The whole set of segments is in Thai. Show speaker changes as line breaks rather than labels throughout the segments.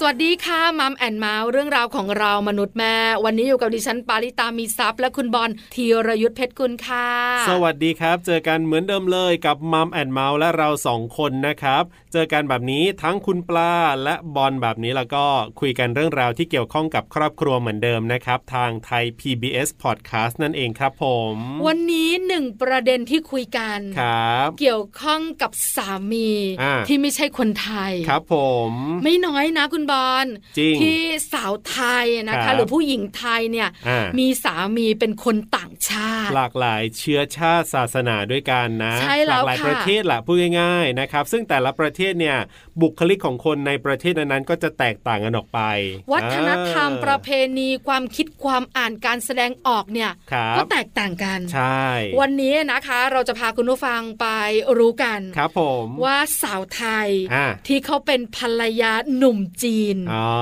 สวัสดีค่ะมัมแอนเมาส์เรื่องราวของเรามนุษย์แม่ วันนี้อยู่กับดิฉันปาริตามีซัพย์และคุณบอลธีรยุทธเพชรกุลค่ะ
สวัสดีครับ เจอกันเหมือนเดิมเลยกับมัมแอนเมาส์และเราสองคนนะครับ เจอกันแบบนี้ทั้งคุณปลาและบอลแบบนี้แล้วก็คุยกันเรื่องราวที่เกี่ยวข้องกับครอบครัวเหมือนเดิมนะครับ ทางไทย PBS Podcast นั่นเองครับผม
วันนี้หนึ่งประเด็นที่คุยกัน
ครับ
เกี่ยวข้องกับสามี
อ่า
ที่ไม่ใช่คนไทย
ครับผม
ไม่น้อยนะคุณบอล
จริง
ที่สาวไทยนะ
ครั
คะ
บ
หรือผู้หญิงไทยเนี่ย
อ่ามี
มีสามีเป็นคนต่างชาติ
หลากหลายเชื้อชาติศาสนาด้วยกันนะ
ใช่
ห
แล้
ลาว กหลาย
ค่ะ
ประเทศแหละพูดง่ายๆนะครับ ซึ่งแต่ละประเทศเนี่ยบุคลิกของคนในประเทศนั้นๆก็จะแตกต่างกันออกไป
วัฒนธรรม
อ่า
ประเพณีความคิดความอ่านการแสดงออกเนี่ย
ครับ
ก็แตกต่างกัน
ใช่
วันนี้นะคะเราจะพาคุณผู้ฟังไปรู้กัน
ครับผม
ว่าสาวไทย
อ่า
ที่เขาเป็นภรรยาหนุ่มจีน
อ๋อ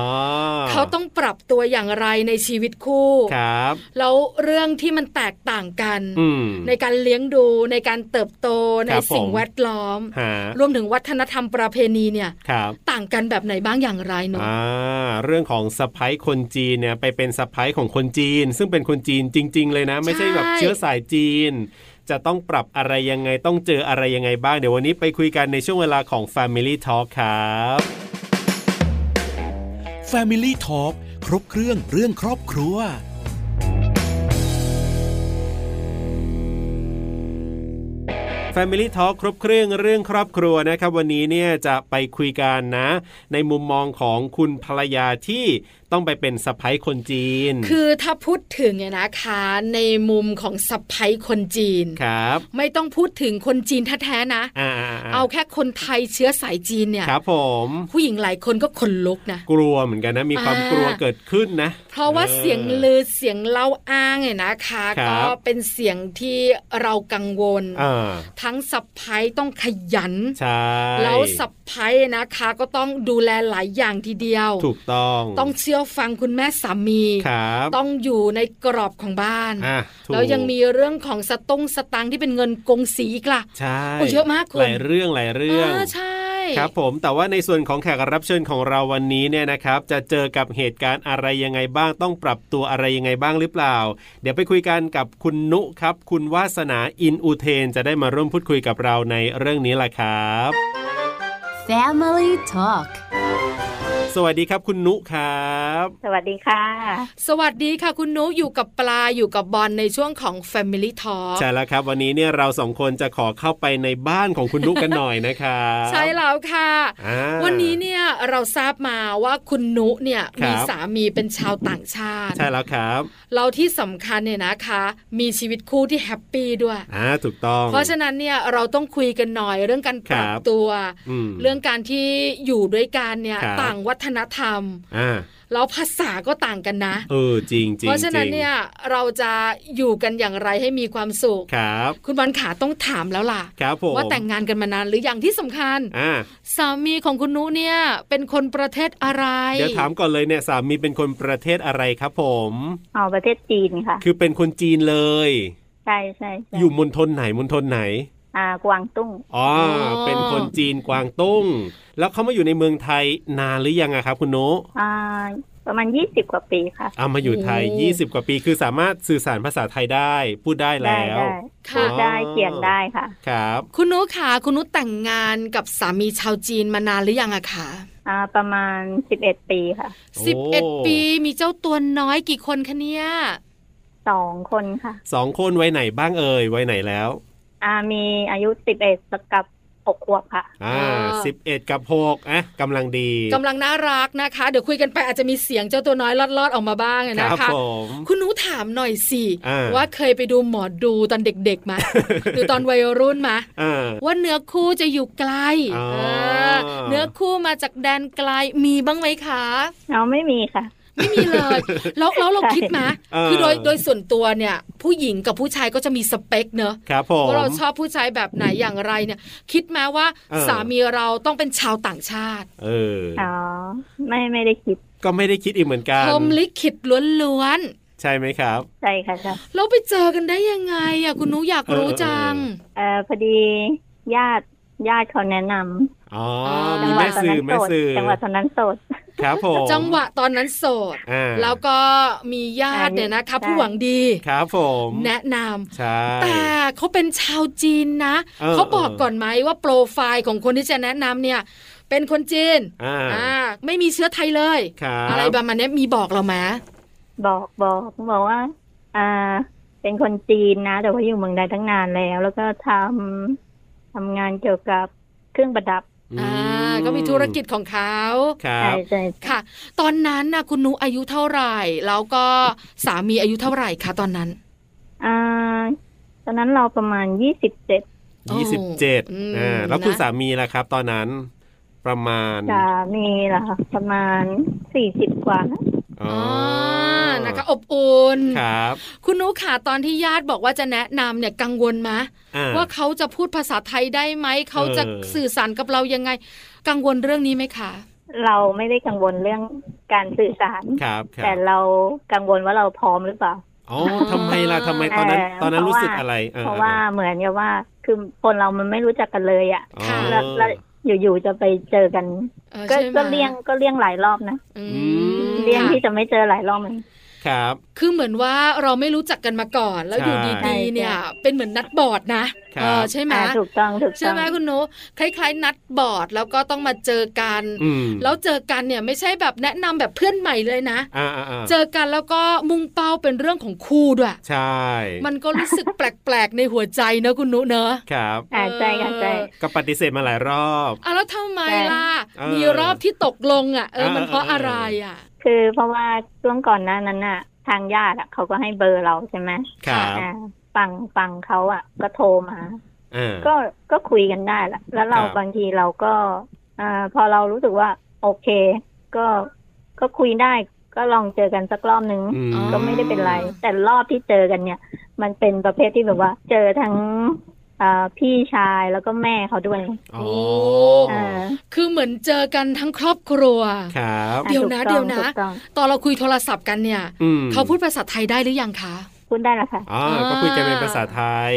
เขาต้องปรับตัวอย่างไรในชีวิตคู่
ครับ
แล้วเรื่องที่มันแตกต่างกัน
อืม
ในการเลี้ยงดูในการเติบโตใน
ครับ
สิ่ง
ผม
แวดล้อม
ฮะ
รวมถึงวัฒนธรรมประเพณีเนี่ย
ครับ
ต่างกันแบบไหนบ้างอย่างไรเนาะ
อ่าเรื่องของสะพ้ยคนจีนเนี่ยไปเป็นสะพ้ยของคนจีน ซึ่งเป็นคนจีนจริง ๆ เลยนะ ไม่ใช่แบบเชื้อสายจีน จะต้องปรับอะไรยังไงต้องเจออะไรยังไงบ้าง เดี๋ยววันนี้ไปคุยกันในช่วงเวลาของ Family Talk ครับ
Family Talk ครบเครื่องเรื่องครอบครัว
Family Talk ครบเครื่องเรื่องครอบครัวนะครับ วันนี้เนี่ยจะไปคุยกันนะ ในมุมมองของคุณภรรยาที่ต้องไปเป็นสะพ้ยคนจีน
คือถ้าพูดถึงเนี่ยนะคะ ในมุมของสัพไพคนจีน
ครับ
ไม่ต้องพูดถึงคนจีนแท้ๆนะ
อ่าๆๆ
เอาแค่คนไทยเชื้อสายจีนเนี่ย
ครับผม
ผู้หญิงหลายคนก็ขนลุกนะ
กลัวเหมือนกันนะ มีความ
อ่า
กลัวเกิดขึ้นนะ
เพราะว่าเสียงลือเสียงเล่าอ้างเนี่ยนะคะ
ครับ
ก็เป็นเสียงที่เรากังวล
อ่า
ทั้งสัพไพต้องขยัน
ใช่
แล้วสับไพนะคะก็ต้องดูแลหลายอย่างทีเดียว
ถูกต้อง
ต้องเชื่อฟังคุณแม่สามี
ครับ
ต้องอยู่ในกรอบของบ้าน
อ่ะถูก
แล้วยังมีเรื่องของสตงสตังค์ที่เป็นเงินกงสีอีกล่ะ
ใช่
โอ้เยอะมากคุณ
หลายเรื่องหลายเรื่อง
าใช่
ครับผมแต่ว่าในส่วนของแขกรับเชิญของเราวันนี้เนี่ยนะครับ จะเจอกับเหตุการณ์อะไรยังไงบ้าง ต้องปรับตัวอะไรยังไงบ้างหรือเปล่า เดี๋ยวไปคุยกันกับคุณนุครับ คุณวาสนาอินอุเทนจะได้มาร่วมพูดคุยกับเราในเรื่องนี้ล่ะครับ
Family Talk
สวัสดีครับคุณนุครับ
สวัสดีค่ะ
สวัสดีค่ะคุณนุอยู่กับปลาอยู่กับบอลในช่วงของ Family Talk
ใช่แล้วครับ วันนี้เนี่ยเราสองคนจะขอเข้าไปในบ้านของคุณนุกกันหน่อยนะครับ
ใช่แล้วค่ะ
อ่า
วันนี้เนี่ยเราทราบมาว่าคุณนุเนี่ย
ครับ
มีสามีเป็นชาวต่างชาติ
ใช่แล้วครับ
เราที่สำคัญเนี่ยนะคะ มีชีวิตคู่ที่แฮปปี้ด้วย
อ่าถูกต้อง
เพราะฉะนั้นเนี่ยเราต้องคุยกันหน่อยเรื่องการปรับ
ครับ
ตัว
อืม
เรื่องการที่อยู่ด้วยกันเนี่ย
ครับ
ต่างวัฒนธรรม
อ่า
แล้วภาษาก็ต่างกันนะ
เออจริงจริง
เพราะฉะนั้น
จง
เนี่ยเราจะอยู่กันอย่างไรให้มีความสุข
ครับ
คุณบอลขาต้องถามแล้วล่ะ
ครับผม
ว่าแต่งงานกันมานานหรืออย่างที่สำคัญ
อ่า
สามีของคุณนุเนี่ยเป็นคนประเทศอะไร
เดี๋ยวถามก่อนเลยเนี่ยสามีเป็นคนประเทศอะไรครับผม
อ๋อ ประเทศจีนค่ะ
คือเป็นคนจีนเลย
ใช่ใช่ใช่
อยู่มณฑลไหนมณฑลไหน
อ่ากวางตุ้ง
อ๋อเป็นคนจีนกวางตุ้ง แล้วเขามาอยู่ในเมืองไทยนานหรือยังอะครับ คุณนุ
อ่า ประมาณยี่สิบกว่าปีค่ะ
อ่ามาอยู่ไทย 20 กว่าปีคือสามารถสื่อสารภาษาไทยได้พูดได้
ได้
แล้ว
ได้พูดได้เขียนได้ค่ะ
ครับ
คุณนุขาคุณนุแต่งงานกับสามีชาวจีนมานานหรือยังอะคะ
อ่า ประมาณสิบเอ็ดปีค่ะ
สิบ
โ
เอ็ดปีมีเจ้าตัวน้อยกี่คนคะเนี่ย
สองคนค่ะ
สองคนไว้ไหนบ้างเอ่ยไว้ไหนแล้ว
อ่า มีอายุสิบเอ็ดกับหกขวบค่ะ
อ่าสิบเอ็ดกับหกอ่ะกำลังดี
กำลังน่ารักนะคะ เดี๋ยวคุยกันไปอาจจะมีเสียงเจ้าตัวน้อยลอดๆออกมาบ้างอะ
ค
นะ
รับ
คะ
ผม
คุณหนูถามหน่อยสิ
อ่า
ว่าเคยไปดูหมอดูตอนเด็ก ๆมา หรือตอนวัยรุ่นมา
อ่า
ว่าเนื้อคู่จะอยู่ไกล
อ๋อ
เออเนื้อคู่มาจากแดนไกลมีบ้างไหมคะ
เราไม่มีค่ะ
ไม่มีเลย แล้วแล้วเราคิดมา
เออ
คือโดยโดยส่วนตัวเนี่ย ผู้หญิงกับผู้ชายก็จะมีสเปคเนอะ
ครับผม
ว่าเราชอบผู้ชายแบบไหนอย่างไรเนี่ย คิดมาว่า
เออ
สามีเราต้องเป็นชาวต่างชาติ
เออ
อ๋อ ไม่ไม่ได้คิด
ก็ไม่ได้คิดอีกเหมือนกัน
พรหมลิขิตล้วน
ใช่ไหมครับ
ใช่ค่ะใช่
แล้วไปเจอกันได้ยังไงอ่ะคุณนุอยากรู้จัง
เอ่อพอดีญาติญาติเขาแนะนำ
อ๋อ
อ่ามี
มีแม่สื่อแม่สื่อ
จังหวัดตอนนั้นโสด
ครับผม
จังหวะตอนนั้นโสด
อ่า
แล้วก็มีญาติ
อ่า
เนี่ยนะคะ
ใช่
ผู้หวังดี
ครับผม
แนะน
ใช่
ำแต่เขาเป็นชาวจีนนะ
เออ
เขาบอกก่อนไหมว่าโปรไฟล์ของคนที่จะแนะนำเนี่ย เป็นคนจีน
อ่า
อ่าไม่มีเชื้อไทยเลย
ครับ
อะไรประมาณเนี้ยมีบอกเราไหม
บอกบอกบอกว่า อ่า เป็นคนจีนนะ แต่ว่าอยู่เมืองไทยตั้งนานแล้ว แล้วก็ทำทำงานเกี่ยวกับเครื่องประดับ
อื
อ่าก็มีธุรกิจของเขา
ครั
ใช่
บ
ใช่
ค่ะ ตอนนั้นนะคุณนุอายุเท่าไหร่ แล้วก็สามีอายุเท่าไหร่คะตอนนั้น
อ่า ตอนนั้นเราประมาณยี่สิบเจ็ด
โอ้
ยี่สิบเจ็ด
อืม
อ่าแล้วคุณ
นะ
สามีล่ะครับ ตอนนั้นประมาณ
สามีเหรอคะประมาณสี่สิบกว่านะ
อ๋อ
อา
อ
นะคะอบอุ่น
ครับ
คุณนุค่ะตอนที่ญาติบอกว่าจะแนะนำเนี่ยกังวลไหม
อ่
ว่าเขาจะพูดภาษาไทยได้ไหม เขาจะ
เออ
สื่อสารกับเรายังไง กังวลเรื่องนี้ไหมคะ
เราไม่ได้กังวลเรื่องการสื่อสาร
ครับครั
แต่
บ
เรากังวลว่าเราพร้อมหรือเปล่า
อ๋อทำไมล่ะทำไมตอนนั้น
เอ่อ
ตอนนั้น
เพราะ
รู้สึก
ว่า
อะไรออ
เพราะว่าเหมือนกับว่าคือคนเรามันไม่รู้จักกันเลยอะ
อ๋อ
แล้วแล้วอยู่ๆจะไปเจอกัน
เออ
ก็
ใช่ไหม
ก็เลี่ยงก็เลี่ยงหลายรอบนะ
อื
อื
ม
ม
เลี่ยง
ค่ะ
ที่จะไม่เจอหลายรอบเหมือน
ครับ
คือเหมือนว่าเราไม่รู้จักกันมาก่อน แล้วอยู่
ใช่
ดี
ใช่
ๆเนี่ย เป็นเหมือนนัดบอร์ดนะครับ เออใช่ไหม
อ่าถูกต้องถูก
ใช่
ต้อง
ไหมคุณโนคล้ายๆ นัดบอร์ดแล้วก็ต้องมาเจอกัน
อืม
แล้วเจอกันเนี่ยไม่ใช่แบบแนะนำแบบเพื่อนใหม่เลยนะ
อ่าอ่าอ่า
เจอกันแล้วก็มุ่งเป้าเป็นเรื่องของคู่ด้วย
ใช่
มันก็รู้สึกแปลกๆในหัวใจนะคุณนุเนอะ
ครับ
อ่าใช่ค่ะใช่
ก็ปฏิเสธมาหลายรอบ
อ่ะแล้วทำไม
ใช่
ล่ะ
เออ
มีรอบที่ตกลงอ่ะเออ
เออ
มันเพราะ
เอออ
อะไรอ่ะ
คือเพราะว่าช่วงก่อนหน้านั้นน่ะ ทางญาติอะเขาก็ให้เบอร์เราใช่ไหม
ครับ
อ่าฝั่งฝั่งเขาอ่ะ ก็โทรมา
อ่า
ก็ก็คุยกันได้แหละแล้วเรา
ครับ
บางทีเราก็อ่าพอเรารู้สึกว่า โอเค ก็ก็คุยได้ ก็ลองเจอกันสักรอบนึง
อืม
ก็ไม่ได้เป็นไร แต่รอบที่เจอกันเนี่ย มันเป็นประเภทที่แบบว่า เจอทั้งอ่าพี่ชายแล้วก็แม่เขาด้วย
อ๋อ
โ
อ่า
คือเหมือนเจอกันทั้งครอบครัว
ครับ
เดี๋ยวนะ
อ่าถูกต้อง
เดี๋ยวนะ
ถูกต้อง
ตอนเราคุยโทรศัพท์กันเนี่ย
อืม
เขาพูดภาษาไทยได้หรือยังคะ
พูดได้ละค่ะ
อ๋อก็คุยกันเป็นภาษาไทย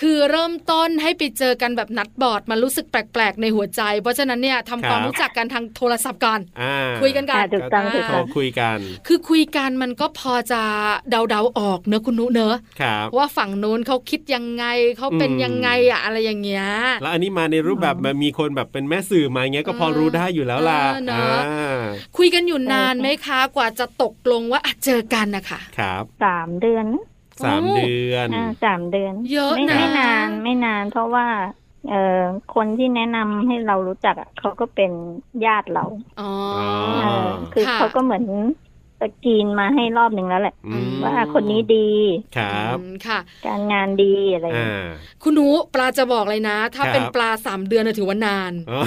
คือเริ่มต้นให้ไปเจอกันแบบนัดบอร์ดมันรู้สึกแปลกๆในหัวใจ เพราะฉะนั้นเนี่ยทำความ
ครับ
รู้จักกันทางโทรศัพท์ก่อน
อ่า
คุยกันก่อน
อ่าถูกต้องถูก
โท
ต้
ร
อง
คุยกัน
คือคุยกันมันก็พอจะเดาๆออกเนอะคุณนุเนอะ
ครับ
ว่าฝั่งนู้นเขาคิดยังไงเขาเป็น
อืม
ยังไงอะอะไรอย่างเงี้ย
แล้วอันนี้มาในรูปแบบแบบมีคนแบบเป็นแม่สื่อมาอย่างเงี้ยก็พอรู้ได้อยู่แล้วล่ะ
เออเน
อ่
อะ
า
คุยกันอยู่นานไหมคะ กว่าจะตกลงว่าอ่ะเจอกันนะคะ
ครับ
สามเดือนนะ
สาม
โอ้
เดือน
อ่าสามเดือน
เยอะ
ไม่
นะ
ไม่นานไม่นาน เพราะว่า เอ่อคนที่แนะนำให้เรารู้จักอะเขาก็เป็นญาติเรา
อ๋อ
อ๋อ
เออคือ
ค่ะ
เขาก็เหมือนสกรีนมาให้รอบหนึ่งแล้วแหละ
อืม
ว่าคนนี้ดี
ครับ
อืมค่ะ
การงานดีอะไรอย่าง
อ่า
เงี้ย
คุณหนูปลาจะบอกเลยนะ ถ้า
ครับ
เป็นปลาสามเดือนน่ะถือว่านาน
เออ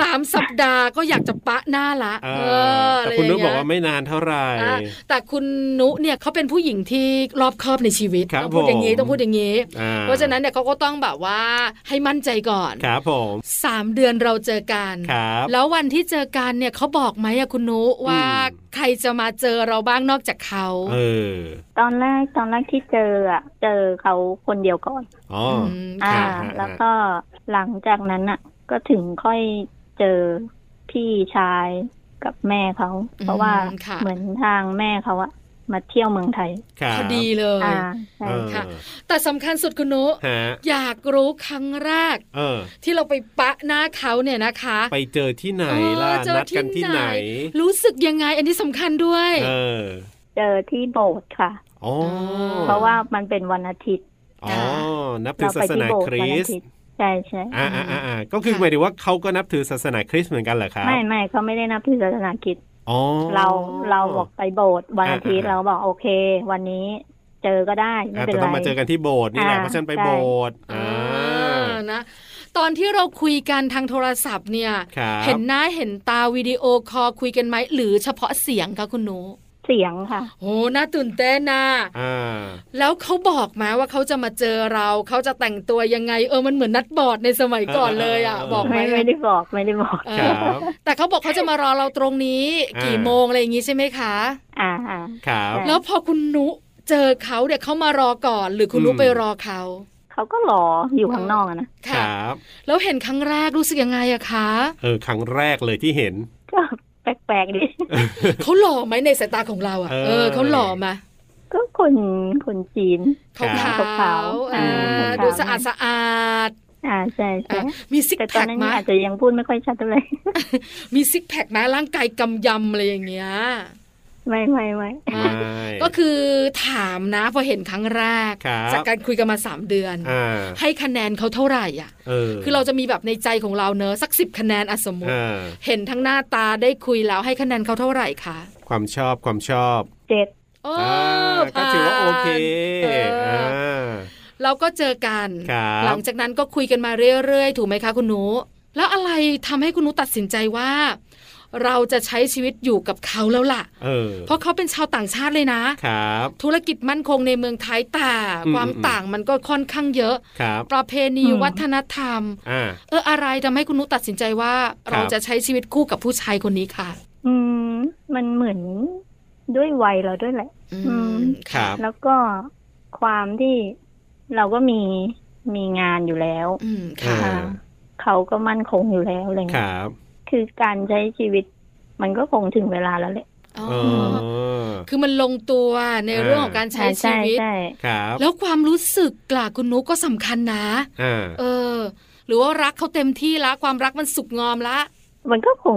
สามสัปดาห์ก็อยากจะปะหน้าละ
เอ
เอ
อ
อ
แต่คุณนุ๊กบอก
ะรย่
ว่า
งเงี้ย
ไม่นานเท่าไหร่
อ่ะแต่คุณนุเนี่ยเขาเป็นผู้หญิงที่รอบคอบในชีวิต
ครับ
ต้องพูดอย่างนี้
ผม
ต้องพูดอย่างนี้
อ่
เพราะฉะนั้นเนี่ยเขาก็ต้องแบบว่าให้มั่นใจก่อน
ครับผม
สามเดือนเราเจอกัน
ครับ
แล้ววันที่เจอกันเนี่ยเขาบอกไหมอะคุณนุว่า
อืม
ใครจะมาเจอเราบ้างนอกจากเขา
เออ
ตอนแรกตอนแรกที่เจออ่ะ เจอเขาคนเดียวก่อน
อ๋ออ
ม
อ่า
ค่ะ
ฮะ
แล้วก็หลังจากนั้นอ่ะ ก็ถึงค่อยเจอพี่ชายกับแม่เขา เพราะว่า
อืมค่ะ
เหมือนทางแม่เขาอะมาเที่ยวเมืองไทย
ครับ
พอดีเลย
อ่าใช่
เออ
ค่ะ แต่สำคัญสุดคุณนุ
ฮะ
อยากรู้ครั้งแรก
เออ
ที่เราไปปะหน้าเขาเนี่ยนะคะ
ไปเจอที่ไหน
เอ
ล่ะ
อเจอ
นัดกันที่ไหน
รู้สึกยังไงอันนี้สำคัญด้วย
เออ
เจอที่โบสถ์ค่ะ
อ๋อ
เพราะว่ามันเป็นวันอาทิตย์
อ๋อนับถื
เรา
อศา
ไป
ส
ที่
นา
โบส
ค
ถ์
ริ
วัน
ส
อา
ต์
ทิตย์ใช่ใช่
อ่าอ่าอ่าอ่าก็คือ
ค่ะ
หมายถึงว่าเขาก็นับถือศาสนาคริสต์เหมือนกันเหรอครับ
ไม่ไม่เขาไม่ได้นับถือศาสนาคริด
อ๋อ
เราเราบอกไปโบสถ์วันอาทิตย์
อ่า
เราบอกโอเค วันนี้เจอก็ได้ไม่
อ่า
เป็น
แต่
ไร
ต้องมาเจอกันที่โบสถ์นี่แหละ
อ่า
เพราะฉันไป
ใช่
โบสถ์อ่า
อ่านะตอนที่เราคุยกันทางโทรศัพท์เนี่ย
ครับ
เห็นหน้าเห็นตาวิดีโอคอลคุยกันไหมหรือเฉพาะเสียงคะคุณนุ
เฉ เสียงค่ะ
โหน่าตื่นเต้นนะ
อ่า
แล้วเขาบอกไหมาว่าเขาจะมาเจอเรา เขาจะแต่งตัวยังไง เออมันเหมือนนัดบอร์ดในสมัยก่อนเลยอ่ะ
เออ
บอกไหม
ไม่ไม่ได้บอกไม่ได้บอก
เอ
ค
อ
รับ
แต่เขาบอกเขาจะมารอเราตรงนี้
อ่า
กี่โมงอะไรอย่างงี้ใช่ไหมคะ
อ่าอ่า
ครับ
ใช่
แล้วพอคุณนุเจอเขาเดี๋ยวเขามารอก่อน หรือคุณนุ
อืม
ไปรอเขา
เขาก็รออยู่ข้างนอกอะนะ
ค
ค่ะ
รับ
แล้วเห็นครั้งแรกรู้สึกยังไงอะ คะ
เออ ครั้งแรกเลยที่เห็น
ก็แปลกๆดิ
เขาหล่อไหมในสายตาของเราอะ
เออ
เออเขาหล่อไหม
ก็คนคนจีน
ขาว
ครับ
ขาวๆอ่า
ขาวๆ
ดูสะอาดสะอาด
อ่าใช่ใช่
อ่ะมีซิก
แต่ต
แพ
อน
ค
นั้น
ไหม
อาจจะยังพูดไม่ค่อยชัดเท่าไหร่
มีซิกแพคไหมร่างกายกำยำอะไรอย่างเงี้ย
ไม่ไม่ไม่
อ่ะ
ไม่
ก็คือถามนะพอเห็นครั้งแรก
ครับ
จากการคุยกันมาสามเดือน
อ่า
ให้คะแนนเขาเท่าไหร่อ่ะ
เออ
คือเราจะมีแบบในใจของเราเนอะสักสิบคะแนนอะสมมติ
อ่า
เห็นทั้งหน้าตาได้คุยแล้วให้คะแนนเขาเท่าไหร่คะ
ความชอบความชอบ
เจ็ด
โอ้
อ่าก็
ผ่น
ถือว่าโอเค
เออ
อ่า
เราก็เจอกัน
ครับ
หลังจากนั้นก็คุยกันมาเรื่อยๆ ถูกไหมคะคุณหนู แล้วอะไรทำให้คุณหนูตัดสินใจว่า เราจะใช้ชีวิตอยู่กับเขาแล้วล่ะ
เออ
เพราะเขาเป็นชาวต่างชาติเลยนะ
ครับ
ธุรกิจมั่นคงในเมืองไทยแต่
อืม
ความ
อืม
ต่างมันก็ค่อนข้างเยอะ
ครับ
ประเพณีวัฒนธรรม
อ่า
เอออะไรทำให้คุณหนุตัดสินใจว่า เรา
ครับ
จะใช้ชีวิตคู่กับผู้ชายคนนี้ค่ะ
อืม มันเหมือนด้วยวัยเราด้วยแหละ
อื
อื
ม
ม
ครับ
แล้วก็ความที่เราก็มีมีงานอยู่แล้ว
อืมค่ะ
อ่า
เขาก็มั่นคงอยู่แล้วอะไร
ค
เงี้ย
รับ
คือการใช้ชีวิต มันก็คงถึงเวลาแล้วแหละ
อ๋อ
เออ
คือมันลงตัวใน
อ่า
เรื่องของการใช้ชี
ใช่ใช่
วิต
ใช่
ครับ
แล้วความรู้สึกกล่ะคุณนุกก็สำคัญนะ
อ่า
เออ หรือว่ารักเขาเต็มที่ละความรักมันสุกงอมละ
มันก็คง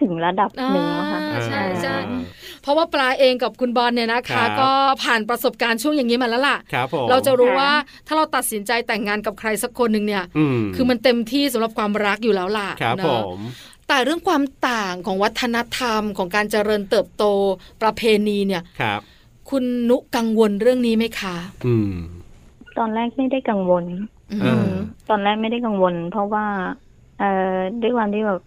ถึงระดับ
อ่า
หนึ่งแล้วค่ะ
ใช่ใช่
อ่า
เพราะว่าปลาเองกับคุณบอลเนี่ยนะ
ค
คะ
รับ
ก็ผ่านประสบการณ์ช่วงอย่างนี้มาแล้วล่ะ
ครับผม
เราจะรู้
ค่ะ
ว่าถ้าเราตัดสินใจแต่งงานกับใครสักคนหนึ่งเนี่ย
อืม
คือมันเต็มที่สำหรับความรักอยู่แล้วล่ะ
ครับ
นะ
ผม
แต่เรื่องความต่างของวัฒนธรรมของการเจริญเติบโตประเพณีเนี่ย
ครับ
คุณนุกังวลเรื่องนี้ไหมคะ
อืม
ตอนแรกไม่ได้กังวล
เออ
อืมตอนแรกไม่ได้กังวล เพราะว่า เอ่อด้วยความที่แบบ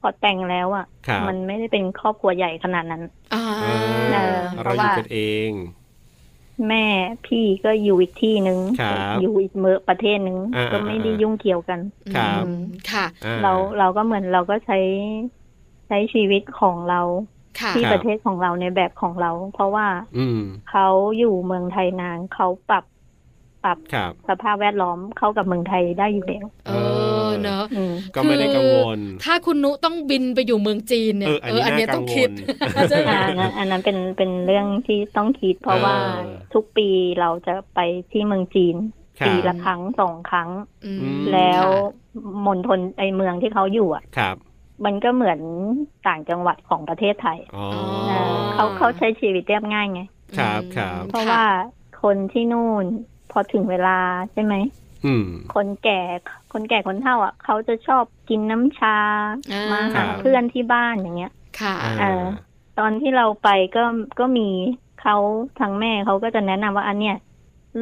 พอแต่งแล้วอะ
ครั่
ะ
บ
มันไม่ได้เป็นครอบครัวใหญ่ขนาดนั้น
อ่า
เอ
เอ
อ
อเพ
เรา
ราะ
อยู่
ว่า
กันเอง
แม่พี่ก็อยู่อีกที่นึง
ครับ
อยู่อีกเมืองประเทศนึง
อ่า
ก็ไม่ได้
อ่า
ยุ่งเกี่ยวกัน
ครับ
อืมค่ะ
อ่
เราเราก็เหมือนเราก็ใช้ใช้ชีวิตของเรา
ค่ะ
ที่
ครับ
ประเทศของเราในแบบของเรา เพราะว่า
อืม
เขาอยู่เมืองไทยนานเขาปรับปรับ
ครับ
สภาพแวดล้อมเข้ากับเมืองไทยได้อยู่แล้ว
เออเนอะ
อืม
ก็ไม่ได้กังวล
ถ้าคุณนุต้องบินไปอยู่เมืองจีนเนี่ย
เอออันนี้
เเย
น่ากังวล
ต้องคิดใช่ไหม
อาอันนั้นอันนั้นเป็นเป็นเรื่องที่ต้องคิด เพราะ
เออ
ว่าทุกปีเราจะไปที่เมืองจีน
ครั
ปี
บ
ละครั้งสองครั้ง
อืม
แล้ว
ค่ะ
มณฑลไอเมืองที่เขาอยู่อ่ะ
ครับ
มันก็เหมือนต่างจังหวัดของประเทศไทย
อ๋อ
เออเขาเขาใช้ชีวิตเรียบง่ายไง
ครับครับ
เพราะว่าคนที่นู่นพอถึงเวลาใช่ไหม
อืม
คนแก่คนแก่คนเฒ่าอ่ะเขาจะชอบกินน้ำชา
อ่
มา
ครั
หา
บ
เพื่อนที่บ้านอย่างเงี้ย
ค่ะ
เออ ตอนที่เราไปก็ก็มีเขาทางแม่เขาก็จะแนะนำว่าอันเนี้ย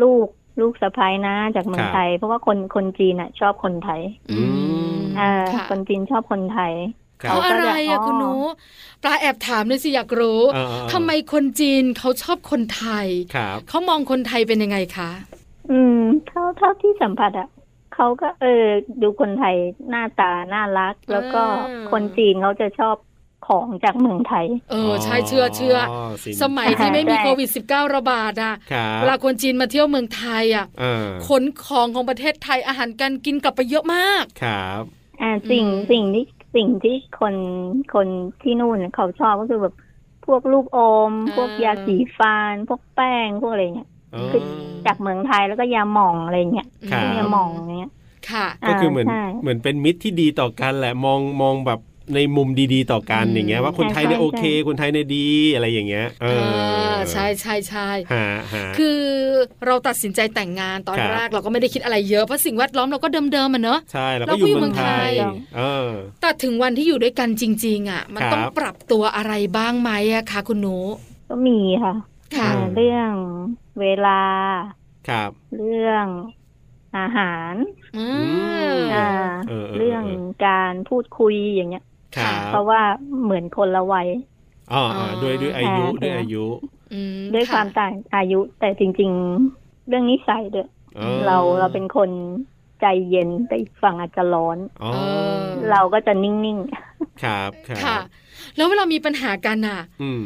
ลูกลูกสะพ้ายนะจากเมือ
ค
ง
รับ
ไทย เพราะว่าคนคนจีนอ่ะ ชอบคนไทย
อืม
เออ
ค่ะ
คนจีนชอบคนไทย
ครั
เพ
บ
ราะอะไร
เขาก็จะอ๋
อะ
อ
คุณนุปลาแอบถามเลยสิอยากรู้
เออเออเออ
ทำไมคนจีนเขาชอบคนไทย
ครับ
เขามองคนไทยเป็นยังไงคะ
อืม เท่าเท่าที่สัมผัสอ่ะเขาก็เออ ดูคนไทยหน้าตาน่ารัก แล้วก็
อืม
คนจีนเขาจะชอบของจากเมืองไทย
เออใช่เชื่อเชื่อ
สิน
สมัยที่ไม่มี
ใช่
โควิด -19 ระบาดอ่ะ
ครับ
เวลาคนจีนมาเที่ยวเมืองไทยอ่ะ
เออ
ขนของของประเทศไทยอาหารการกินกลับไปเยอะมาก
ครับ
อ่าสิ่ง
อืม
สิ่งที่สิ่งที่คนคนที่นู่นเขาชอบก็คือแบบพวกลูกอม พวกยาสีฟันพวกแป้งพวกอะไรเงี้ย
เออ
คือจากเมืองไทยแล้วก็ยาหม่องอะไรเงี้ย
ครับ
ยาหม่องอย่างเงี้ย
ค่ะ
ก็คือเหมือน
ใช่
เหมือนเป็นมิตรที่ดีต่อกันแหละมองมองแบบในมุมดีๆต่อกัน
อืม
อย่างเงี้ยว่าคนไทยเนี่ย
ใช่
โอเค
ใช่
คนไทยเนี่ยดีอะไรอย่างเงี้ย เอ
เอ
อ
อใช่ใช่ใช่
ฮะฮะ
คือเราตัดสินใจแต่งงานตอน
ครับ
แรกเราก็ไม่ได้คิดอะไรเยอะเพราะสิ่งแวดล้อมเราก็เดิมๆอ่ะเนอะ
ใช่แล้ว
เรา
ก็
ก็
อ
อ
ยู่
ยู่
เมือง
เมือง
ไท
ไท
ย
ย
เออ
แต่ถึงวันที่อยู่ด้วยกันจริง ๆ อ่ะ มัน
ครับ
ต้องปรับตัวอะไรบ้างไหมอะคะคุณหนู
ก็มีค่ะ
ค่ะ
อ่าเรื่องเวลา
ครับ
เรื่องอาหาร
อืม
ม
อ่า
เออเออเออ
เรื่องการพูดคุยอย่างเงี้ย
ครับ
เพราะว่าเหมือนคนละวัย
อ่าอ่าด้วยด้วยอายุด้วยอายุ
อืม
ด้วยความ
ะ
ต่างอายุ แต่จริง ๆ เรื่องนิสัยเด้อ
ออ
เราเราเป็นคนใจเย็นแต่อีกฝั่งอาจจะร้อน
อ๋อ
เออ
เราก็จะนิ่ง
ครับครั
ค่ะ
บ
แล้วเวลามีปัญหากันอ่ะ
อืม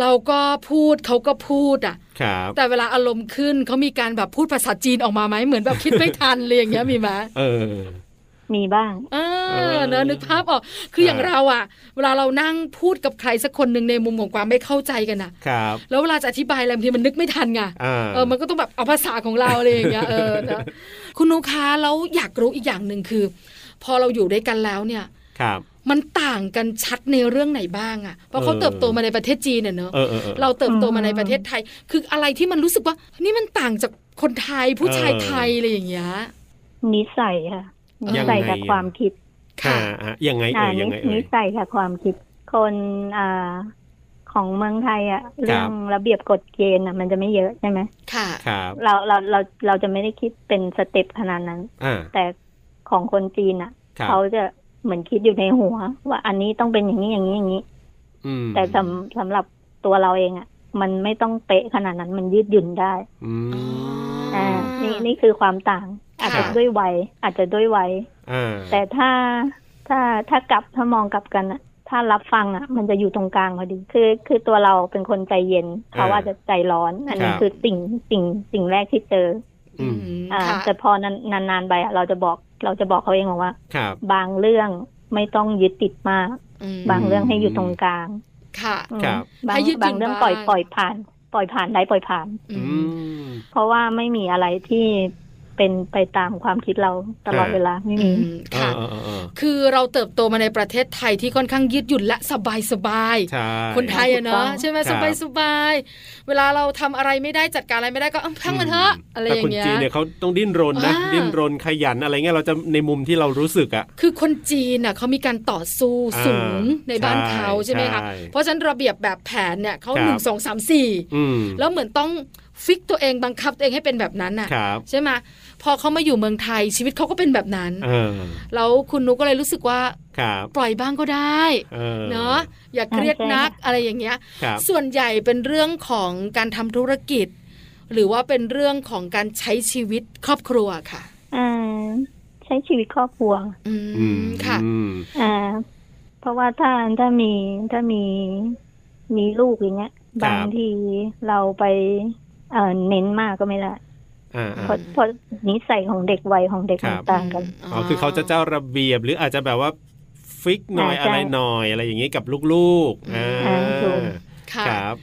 เราก็พูดเขาก็พูดอ่ะ
ครับ
แต่เวลาอารมณ์ขึ้นเขามีการแบบพูดภาษาจีนออกมาไหมเหมือนแบบคิดไม่ทันเลยอย่างเงี้ยมีไหม
เออ
ๆ มีบ้าง
เอ
เอ
อ
อ
เนอะนึกภาพออก คืออย่าง
เออ
เราอ่ะ เวลาเรานั่งพูดกับใครสักคนหนึ่งในมุมของความไม่เข้าใจกันอ่ะ
ครับ
แล้วเวลาจะอธิบายอะไรบางทีมันนึกไม่ทันไง
อ่า
เออ มันก็ต้องแบบเอาภาษาของเราอะไรอย่างเงี้ย เออ นะคุณนุคะแล้วอยากรู้อีกอย่างหนึ่งคือ พอเราอยู่ด้วยกันแล้วเนี่ย
ครับ
มันต่างกันชัดในเรื่องไหนบ้างอะเพราะเขา
เออ
เติบโตมาในประเทศจีนเนี่ยเนอะ
เออเออออ
เราเติบโตมา
อืม
ในประเทศไทย คืออะไรที่มันรู้สึกว่า นี่มันต่างจากคนไทยผู้ชายไทยอะไรอย่างเงี้ย
นิสัยค่ะนิ
ยังไง
สัยกับ
อะ
ความคิด
ค่ะ
ค่ะ
อ่ะยังไง
อ่า
เอ่ยยังไงเอ่
นิ
ย
สัยค่ะความคิดคนอ่าของเมืองไทยอะเรื่องระเบียบกฎเกณฑ์อะมันจะไม่เยอะใช่ไหม
ค่ะ
ครับ
เราเราเราเราจะไม่ได้คิดเป็นสเต็ปขนาดนั้น
อ่า
แต่ของคนจีนอะ
ครับ
เขาจะเหมือนคิดอยู่ในหัว ว่าอันนี้ต้องเป็นอย่างนี้อย่างนี้อย่างนี้
อืม
แต่สำสำหรับตัวเราเองอะมันไม่ต้องเป๊ะขนาดนั้นมันยืดหยุ่นได้
อืม
อ่า
อ่า นี่นี่คือความต่าง อาจจะ
ค่ะ
ด้วยวัยอาจจะด้วยวัย
อ่า
แต่ถ้าถ้าถ้ากลับถ้ามองกลับกันอะถ้ารับฟังอะมันจะอยู่ตรงกลางพอดี คือคือตัวเราเป็นคนใจเย็นเขาอาจจะใจร้อน อันนี้คือสิ่งสิ่งสิ่งแรกที่เจอ
อืม
อ่า
ค่ะ
แต่พอนานนานๆไปอะเราจะบอกเราจะบอกเขาเองบอกว่า
ครับ
บางเรื่องไม่ต้องยึดติดมาก
อืม
บางเรื่องให้อยู่ตรงกลาง
ค่ะ
อืม
ครับ
บาง
ให้ยืดหยุ่น
บางเรื่องปล่อย
บ้าง
ปล่อยผ่าน ปล่อยผ่านได้ปล่อยผ่าน
อื
อื
ม
ม
เพราะว่าไม่มีอะไรที่เป็นไปตามความคิดเราตลอด
อ่า
เวลาไม่
อื
มี
ม ค่ะ
เออเออเออ
คือเราเติบโตมาในประเทศไทยที่ค่อนข้างยืดหยุ่นและสบายสบายๆ
ใช่
คนไทยอะ
ถูกต้
เนาะ
อง
ใช่ไหม
ค
ส
รับ
บายสบายๆเวลาเราทำอะไรไม่ได้จัดการอะไรไม่ได้ก็เอ้าพังมันเถอะอะไรอ
แต่
ย่าง
คน
เงี้ย
จีนเนี่ยเขาต้องดิ้นรนนะ
อ่า
ดิ้นรนขยันอะไรเงี้ยเราจะในมุมที่เรารู้สึกอะ
คือคนจีนน่ะเขามีการต่อสู้
อ่า
สูงในบ้านเขา
ใช่
ใช่ไหมคะ
ใช่
เพราะฉะนั้นระเบียบแบบแผนเนี่ยเขา
ครับ
หนึ่งสองสามสี่
อืม
แล้วเหมือนต้องฟิกตัวเองบังคับตัวเองให้เป็นแบบนั้นน่ะ
ครับ
ใช่ไหมพอเขามาอยู่เมืองไทยชีวิตเขาก็เป็นแบบนั้น
เออ
แล้วคุณนุกก็เลยรู้สึกว่า
ครับ
ปล่อยบ้างก็ได้
เออ
เนาะอย่าเครียดนักอะไรอย่างเงี้ย
ครับ
ส่วนใหญ่เป็นเรื่องของการทำธุรกิจ หรือว่าเป็นเรื่องของการใช้ชีวิตครอบครัวค่ะ
อ่าใช้ชีวิตครอบครัว
อื
อืม
มค่ะ
อืม
อ่า เพราะว่าถ้าถ้ามีถ้ามีมีลูกอย่างเงี้ยบางทีเราไปเอ่อเน้นมากก็ไม่ได้
อ่า
เพ
อ่า
ราะเพราะนิสัยของเด็กวัยของเด็ก
ครั
มัน
บ
ต่างกัน
อ๋อคือเขาจะเจ้าระเบียบหรืออาจจะแบบว่าฟิกหน่อย
อ่าใช่
อะไรหน่อยอะไรอย่างนี้กับลูกๆอ่า
อ่าถูก
ค่ะ
ครับ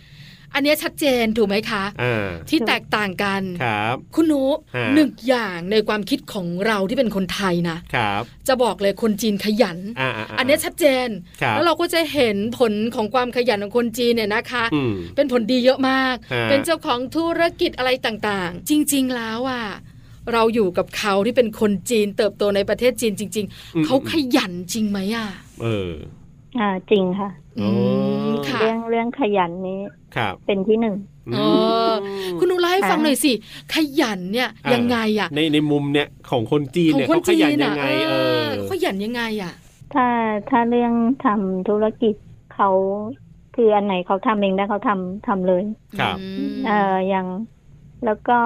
อันเนี้ยชัดเจนถูกไหมคะ
อ่า
ที่แตกต่างกัน
ครับ
คุณหนู
ฮะ
หนึ่งอย่างในความคิดของเราที่เป็นคนไทยนะ
ครับ
จะบอกเลยคนจีนขยัน
อ่าาา
อันเนี้ยชัดเจน
ครับ
แล้วเราก็จะเห็นผลของความขยันของคนจีนเนี่ยนะคะ
อืม
เป็นผลดีเยอะมาก
ฮะ
เป็นเจ้าของธุรกิจอะไรต่างๆ จริงๆ แล้วอ่ะ เราอยู่กับเขาที่เป็นคนจีนเติบโตในประเทศจีนจริง ๆ เขาขยันจริงไหมอ่ะ
เออ
อ่า จริงค่ะ
โอ้
มค่ะ
เรื่องเรื่องขยันนี้
ครับ
เป็นที่หนึ่ง
อื
เอ
ม
อคุณหนูเล่าให้ฟังหน่อยสิ ขยันเนี่ย
อ่า
ยังไงอ่ะ
ในในมุมเนี่ยของคนจีน
ของ
เนี่ย
คน
เขาข
จี
ยัน
น
ยั
อ่ะ
งไง
เอ
เอ
อ
อ
เขาขยันยังไงอ่ะ
ถ้าถ้าเรื่องทำธุรกิจเขาคืออันไหนเขาทำเองได้เขาทำทำเลย
ครับ
อืม
เอ่ออย่างแล้วก็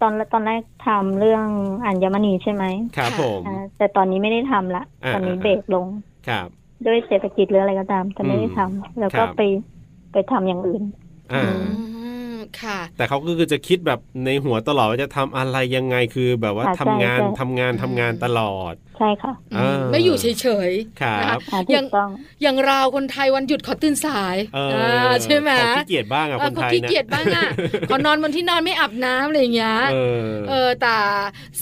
ตอนตอนแรกทำเรื่องอัญมณีใช่ไหม
ครับผม
อ่าแต่ตอนนี้ไม่ได้ทำละ
อ่า
ตอนนี้
อ่า
เบรกลง
ครับ
ด้วยเศรษฐกิจหรืออะไรก็ตาม แต่ไม่ได้ทำแล้ว
ค
ก็
รับ
ไปไปทำอย่างอื่น
อ่า
อื
อืมค่ะ
แต่เขาก็คือจะคิดแบบในหัวตลอดว่าจะทำอะไรยังไงคือแบบว่า
ใช่
ทำงาน
ใช่
ทำงานทำงานตลอด
ใช่ค่ะ
เออ
ไม่อยู่เฉย
ค
ๆ
รั
นะคะ
บ
อ่า
อ
ถู
ย่าง
กต้อง
อย่างเราคนไทยวันหยุดขอตื่นสาย
เออ
อ่าใช่ไหม
ขอขี้เกียจบ้างอะ
เอ
ค
อนเขา
ไทย
ขี้
นะ
เกียจบ้าง อ่ะ ขอนอนบนที่นอนไม่อาบน้ำอะไรอย่างเงี้ย
เออ
เออแต่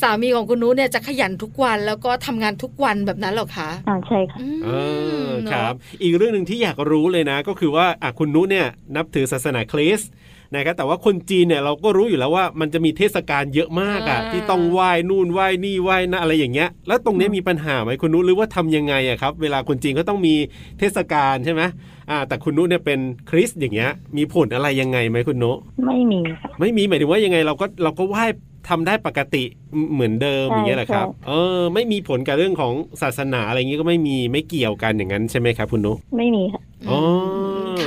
สามีของคุณนุ้เนี่ยจะขยันทุกวันแล้วก็ทำงานทุกวันแบบนั้นเหรอคะ
อ่าใช่ค่ะ
อืม
เออ
เนอะ
ครับ อีกเรื่องหนึ่งที่อยากรู้เลยนะ ก็คือว่าอ่ะคุณนุเนี่ยนับถือศาสนาคริสต์นะครับแต่ว่าคนจีนเนี่ยเราก็รู้อยู่แล้วว่ามันจะมีเทศกาลเยอะมากอะที่ต้องไหว้นู่นไหว้นี่ไหว้นั่นอะไรอย่างเงี้ย แล้วตรงเนี้ยมีปัญหาไหมคุณนุหรือว่าทำยังไงอะครับ เวลาคนจีนก็ต้องมีเทศกาลใช่ไหมอ่า แต่คุณนุเนี่ยเป็นคริสต์อย่างเงี้ย มีผลอะไรยังไงไหมคุณนุ
ไม่มีค่ะ
ไม่มีหมายถึงว่ายังไงเราก็เราก็ไหว้ทำได้ปกติเหมือนเดิม
ใช่
อย่างเงี้ยแหละครับ
ใช่
เออ ไม่มีผลกับเรื่องของศาสนาอะไรอย่างงี้ก็ไม่มีไม่เกี่ยวกันอย่างนั้นใช่ไหมครับคุณนุ
ไม่มีค่ะ
อ๋อ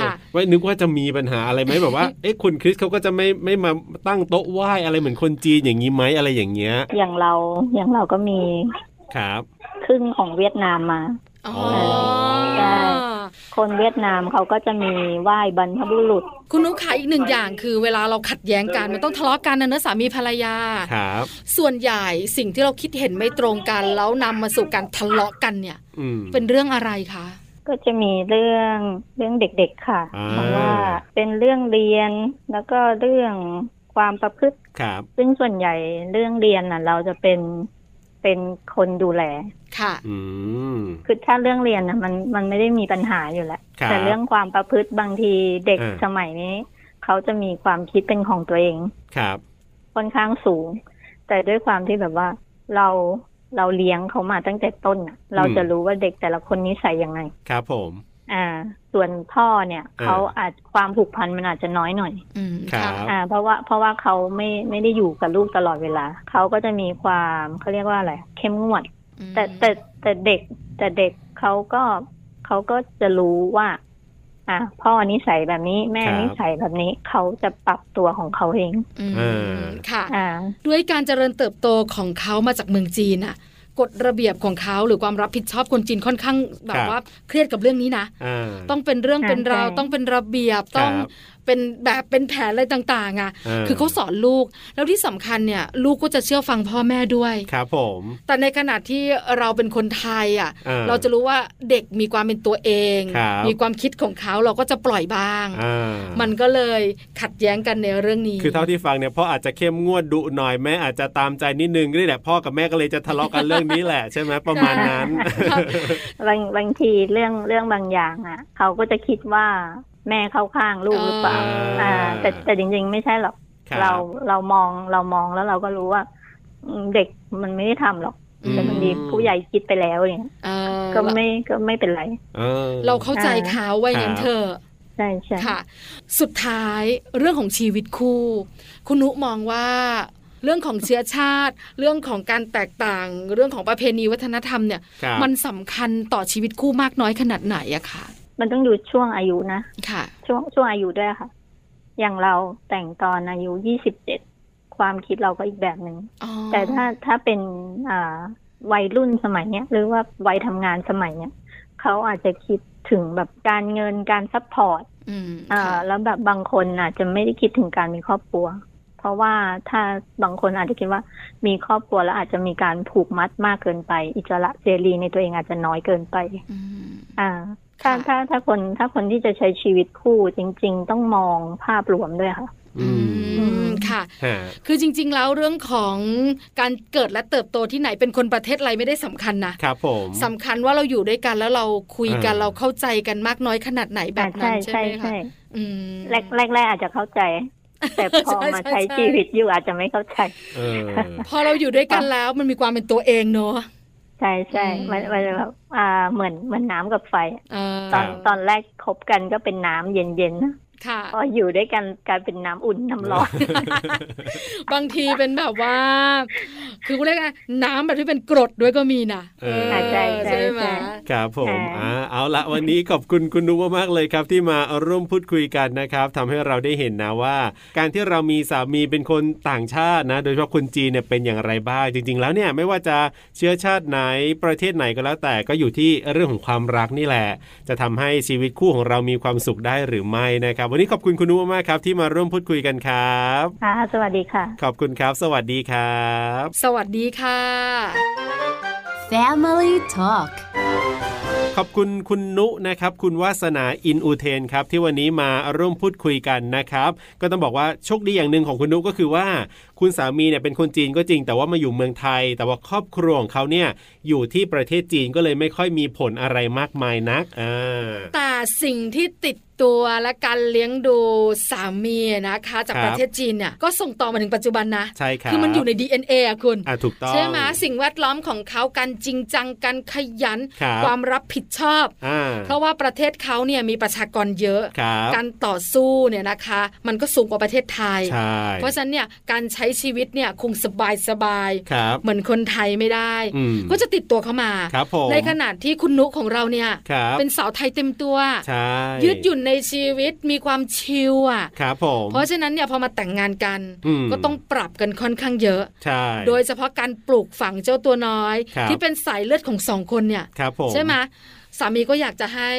ค่ะ
ว่านึกว่าจะมีปัญหาอะไรไหมแบบว่า เอ๊ะคุณคริสเขาก็จะไม่ไม่มาตั้งโต๊ะไหว้อะไรเหมือนคนจีนอย่างนี้ไหมอะไรอย่างเงี้ย
อย่างเราอย่างเราก็มี
ครับ
ครึ่งของเวียดนามมา
อ๋อ
ใช่ คนเวียดนามเขาก็จะมีไหว้บรรพบุรุษ
คุณนุ๊กขาอีกหนึ่งอย่างคือเวลาเราขัดแย้งกันมันต้องทะเลาะกันนะเนอะสามีภรรยา
ครับ
ส่วนใหญ่สิ่งที่เราคิดเห็นไม่ตรงกัน แล้วนำมาสู่การทะเลาะกันเนี่ย
อืม
เป็นเรื่องอะไรคะ
ก็จะมีเรื่องเรื่องเด็กๆค่ะ
อ่า
เพราะว่าเป็นเรื่องเรียนแล้วก็เรื่องความประพฤติ
ครับ
ซึ่งส่วนใหญ่เรื่องเรียนน่ะ เราจะเป็นเป็นคนดูแล
ค่ะ
อืม
คือถ้าเรื่องเรียนนะมันมันไม่ได้มีปัญหาอยู่แล้ว
ครับ
แต่เรื่องความประพฤติบางทีเด็ก
อ่า
สมัยนี้ เขาจะมีความคิดเป็นของตัวเอง
ครับ
ค่อนข้างสูง แต่ด้วยความที่แบบว่าเราเราเลี้ยงเขามาตั้งแต่ต้นน่ะ เราจะรู้ว่าเด็กแต่ละคนนิสัยยังไง
ครับผม
อ่า ส่วนพ่อเนี่ย
อ่า
เขาอาจความผูกพันมันอาจจะน้อยหน่อย
อืม
ครั
ค่ะ
บ
อ่า เพราะว่าเพราะว่าเขาไม่ไม่ได้อยู่กับลูกตลอดเวลา เขาก็จะมีความเขาเรียกว่าอะไรเข้มงวด แต่แต่แต่เด็กแต่เด็กเขาก็เขาก็จะรู้ว่า อ่า พ่อนิสัยแบบนี้แม่
ครับ
นิสัยแบบนี้เขาจะปรับตัวของเขาเอง
อื
เอ
ม
อ
ค่ะ
อ่า
ด้วยการเจริญเติบโตของเขามาจากเมืองจีนอะกฎระเบียบของเขาหรือความรับผิดชอบคนจีนค่อนข้างแบ
ครับ บ
ว่าเครียดกับเรื่องนี้นะ
อ่า
ต้องเป็นเรื่อง
ใช่
เป็นราว
ใช่
ต้องเป็นระเบียบ
ครับ
ต้องเป็นแบบเป็นแผนอะไรต่างๆอะ
เออ
คือเขาสอนลูก แล้วที่สำคัญเนี่ย ลูกก็จะเชื่อฟังพ่อแม่ด้วย
ครับผม
แต่ในขณะที่เราเป็นคนไทยอะ
เออ
เราจะรู้ว่าเด็กมีความเป็นตัวเอง
ครับ
มีความคิดของเขาเราก็จะปล่อยบ้าง
อ่า
มันก็เลยขัดแย้งกันในเรื่องนี้
คือเท่าที่ฟังเนี่ยพ่ออาจจะเข้มงวดดุหน่อยแม่อาจจะตามใจนิดนึงนี่แหละพ่อกับแม่ก็เลยจะทะเลาะกันเรื่องนี้แหละ ใช่ไหมประมาณนั้น
บางบางทีเรื่องเรื่องบางอย่างอ่ะ เขาก็จะคิดว่าแม่เข้าข้างลูกหรือเปล่า
อ๋ออ่
่า แต่แต่จริง ๆ ไม่ใช่หรอก
คบ
เราเรามองเรามองแล้วเราก็รู้ว่าอืมเด็กมันไม่ได้ทำหรอก
อืม
แต่บางทีผู้ใหญ่คิดไปแล้วอย่างเงี้ย
เออ
ก็ไม่ก็ไม่เป็นไร
เออ
เราเข้าใจเขาว่าอย่างนั้น
ครับ
เธอะ
ใช่ใช่
ค่ะ สุดท้ายเรื่องของชีวิตคู่ คุณนุมองว่า เรื่องของเชื้อชาติ เรื่องของการแตกต่าง เรื่องของประเพณีวัฒนธรรมเนี่ย
ครับ
มันสำคัญต่อชีวิตคู่มากน้อยขนาดไหนอะค่ะ
มันต้องดูช่วงอายุนะ
ค่ะ
ช่วงช่วงอายุด้วยค่ะ อย่างเราแต่งตอนอายุยี่สิบเจ็ดความคิดเราก็อีกแบบหนึ่ง
อ๋อ
แต่ถ้าถ้าเป็นอ่าวัยรุ่นสมัยเนี้ยหรือว่าวัยทำงานสมัยเนี้ยเขาอาจจะคิดถึงแบบการเงินการซัพพอร์ต
อืม
อ่า
ค่ะ
แล้วแบบบางคนอาจจะไม่ได้คิดถึงการมีครอบครัว เพราะว่าถ้าบางคนอาจจะคิดว่ามีครอบครัวแล้วอาจจะมีการผูกมัดมากเกินไป อิสระเสรีในตัวเองอาจจะน้อยเกินไป
อืม
อ่า ถ้า
ค่ะ
ถ้าถ้าคนถ้าคนที่จะใช้ชีวิตคู่จริง ๆ ต้องมองภาพรวมด้วยค่ะ
อืม
อืมค่ะ
ฮะ
คือจริง ๆ แล้วเรื่องของการเกิดและเติบโตที่ไหนเป็นคนประเทศอะไรไม่ได้สำคัญนะครับ
ผม
สำคัญว่าเราอยู่ด้วยกันแล้วเราคุยกัน
อ่า
เราเข้าใจกันมากน้อยขนาดไหนแบบนั้นใช่ไหมคะ อืม
แรกแรกแรกอาจจะเข้าใจ แต่พอ
ใช่
มา
ใช่
ใช้
ใช่
ชีวิตอยู่อาจจะไม่เข้าใจ
เออ
พอเราอยู่ด้วยกันแล้วมันมีความเป็นตัวเองเนอะ
ใช่ใช่
อืม
มันมันจะแบบอ่าเหมือนเหมือนน้ำกับไฟ
เออ
ตอนตอนแรกคบกันก็เป็นน้ำเย็นๆนะ
ค่ะ
พออยู่ด้วยกันกลายเป็นน้ำอุ่นน้ำร้อน
บางทีเป็นแบบว่า คือเขาเรียกไงน้ำแบบที่เป็นกรดด้วยก็มีนะ
เออ
ใช่ใช่
ไหม
ใช่
ครับผม
ค่ะ
อ่าเอาละวันนี้ขอบคุณคุณนุมากๆเลยครับ ที่มาร่วมพูดคุยกันนะครับทำให้เราได้เห็นนะว่า การที่เรามีสามีเป็นคนต่างชาตินะ โดยเฉพาะคนจีนเนี่ยเป็นอย่างไรบ้างจริง ๆ แล้วเนี่ยไม่ว่าจะเชื้อชาติไหนประเทศไหนก็แล้วแต่ก็อยู่ที่เรื่องของความรักนี่แหละ จะทำให้ชีวิตคู่ของเรามีความสุขได้หรือไม่นะครับ วันนี้ขอบคุณคุณนุมากๆครับ ที่มาร่วมพูดคุยกันครับ
ค่ะสวัสดีค่ะ
ขอบคุณครับ สวัสดีครับ
สวัสดีค่ะ
Family Talk
ขอบคุณคุณนุนะครับ คุณวาสนาอินอุเทนครับ ที่วันนี้มาร่วมพูดคุยกันนะครับ ก็ต้องบอกว่าโชคดีอย่างหนึ่งของคุณนุก็คือว่า คุณสามีเนี่ยเป็นคนจีนก็จริง แต่ว่ามาอยู่เมืองไทย แต่ว่าครอบครัวของเขาเนี่ยอยู่ที่ประเทศจีนก็เลยไม่ค่อยมีผลอะไรมากมายนักอ่า
แต่สิ่งที่ติดตัวและการเลี้ยงดูสามีนะคะ จาก
ครับ
ประเทศจีนเนี่ยก็ส่งต่อมาถึงปัจจุบันนะ
ใช่ครับ
คือมันอยู่ใน DNA อะคุณ
อ่าถูกต้อง
ใช่ไหมสิ่งแวดล้อมของเขาการจริงจังการขยัน
ครับ
ความรับผิดชอบ
อ่า
เพราะว่าประเทศเขาเนี่ยมีประชากรเยอะ
ครับ
การต่อสู้เนี่ยนะคะ มันก็สูงกว่าประเทศไทย
ใช่
เพราะฉะนั้นเนี่ยการใช้ชีวิตเนี่ยคงสบายสบายๆ
ครับ
เหมือนคนไทยไม่ได้
อืม
ก็จะติดตัวเข้ามา
ครับผม
ในขณะที่คุณนุของเราเนี่ย
ครับ
เป็นสาวไทยเต็มตัว
ใช่
ยืดหยุ่น ในชีวิตมีความชิลอ่ะ
ครับผม
เพราะฉะนั้นเนี่ยพอมาแต่งงานกัน
อืม
ก็ต้องปรับกันค่อนข้างเยอะ
ใช่
โดยเฉพาะการปลูกฝังเจ้าตัวน้อย
ครับ
ที่เป็นสายเลือดของสองคนเนี่ย
ครับผม
ใช่ไหมสามีก็อยากจะให้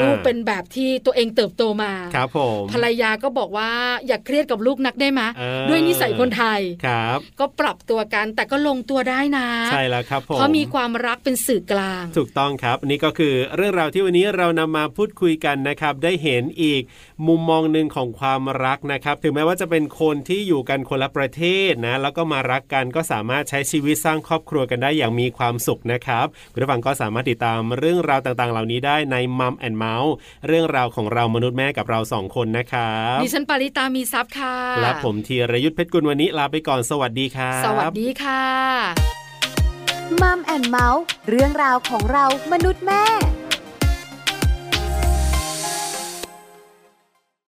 ลูก
อ่า
เป็นแบบที่ตัวเองเติบโตมา
ครับผม
ภรรยาก็บอกว่าอย่าเครียดกับลูกนักได้ไหม
เออ
ด้วยนิสัยคนไทย
ครับ
ก็ปรับตัวกันแต่ก็ลงตัวได้นะ
ใช่แล้วครับผม
เพราะมีความรักเป็นสื่อกลาง
ถูกต้องครับนี่ก็คือเรื่องราวที่วันนี้เรานำมาพูดคุยกันนะครับ ได้เห็นอีกมุมมองหนึ่งของความรักนะครับ ถึงแม้ว่าจะเป็นคนที่อยู่กันคนละประเทศนะ แล้วก็มารักกันก็สามารถใช้ชีวิตสร้างครอบครัวกันได้อย่างมีความสุขนะครับคุณผู้ฟังก็สามารถติดตามเรื่องราวต่างๆ เหล่านี้ได้ในมัมแอนเมาส์เรื่องราวของเรามนุษย์แม่กับเราสองคนนะครับ
ดิฉันปาริตามีซับค่ะ
และผมธีรยุทธเพชรกุลวันนี้ลาไปก่อนสวัสดีครับ
สวัสดีค่ะ
มัมแอนเมาส์เรื่องราวของเรามนุษย์แม่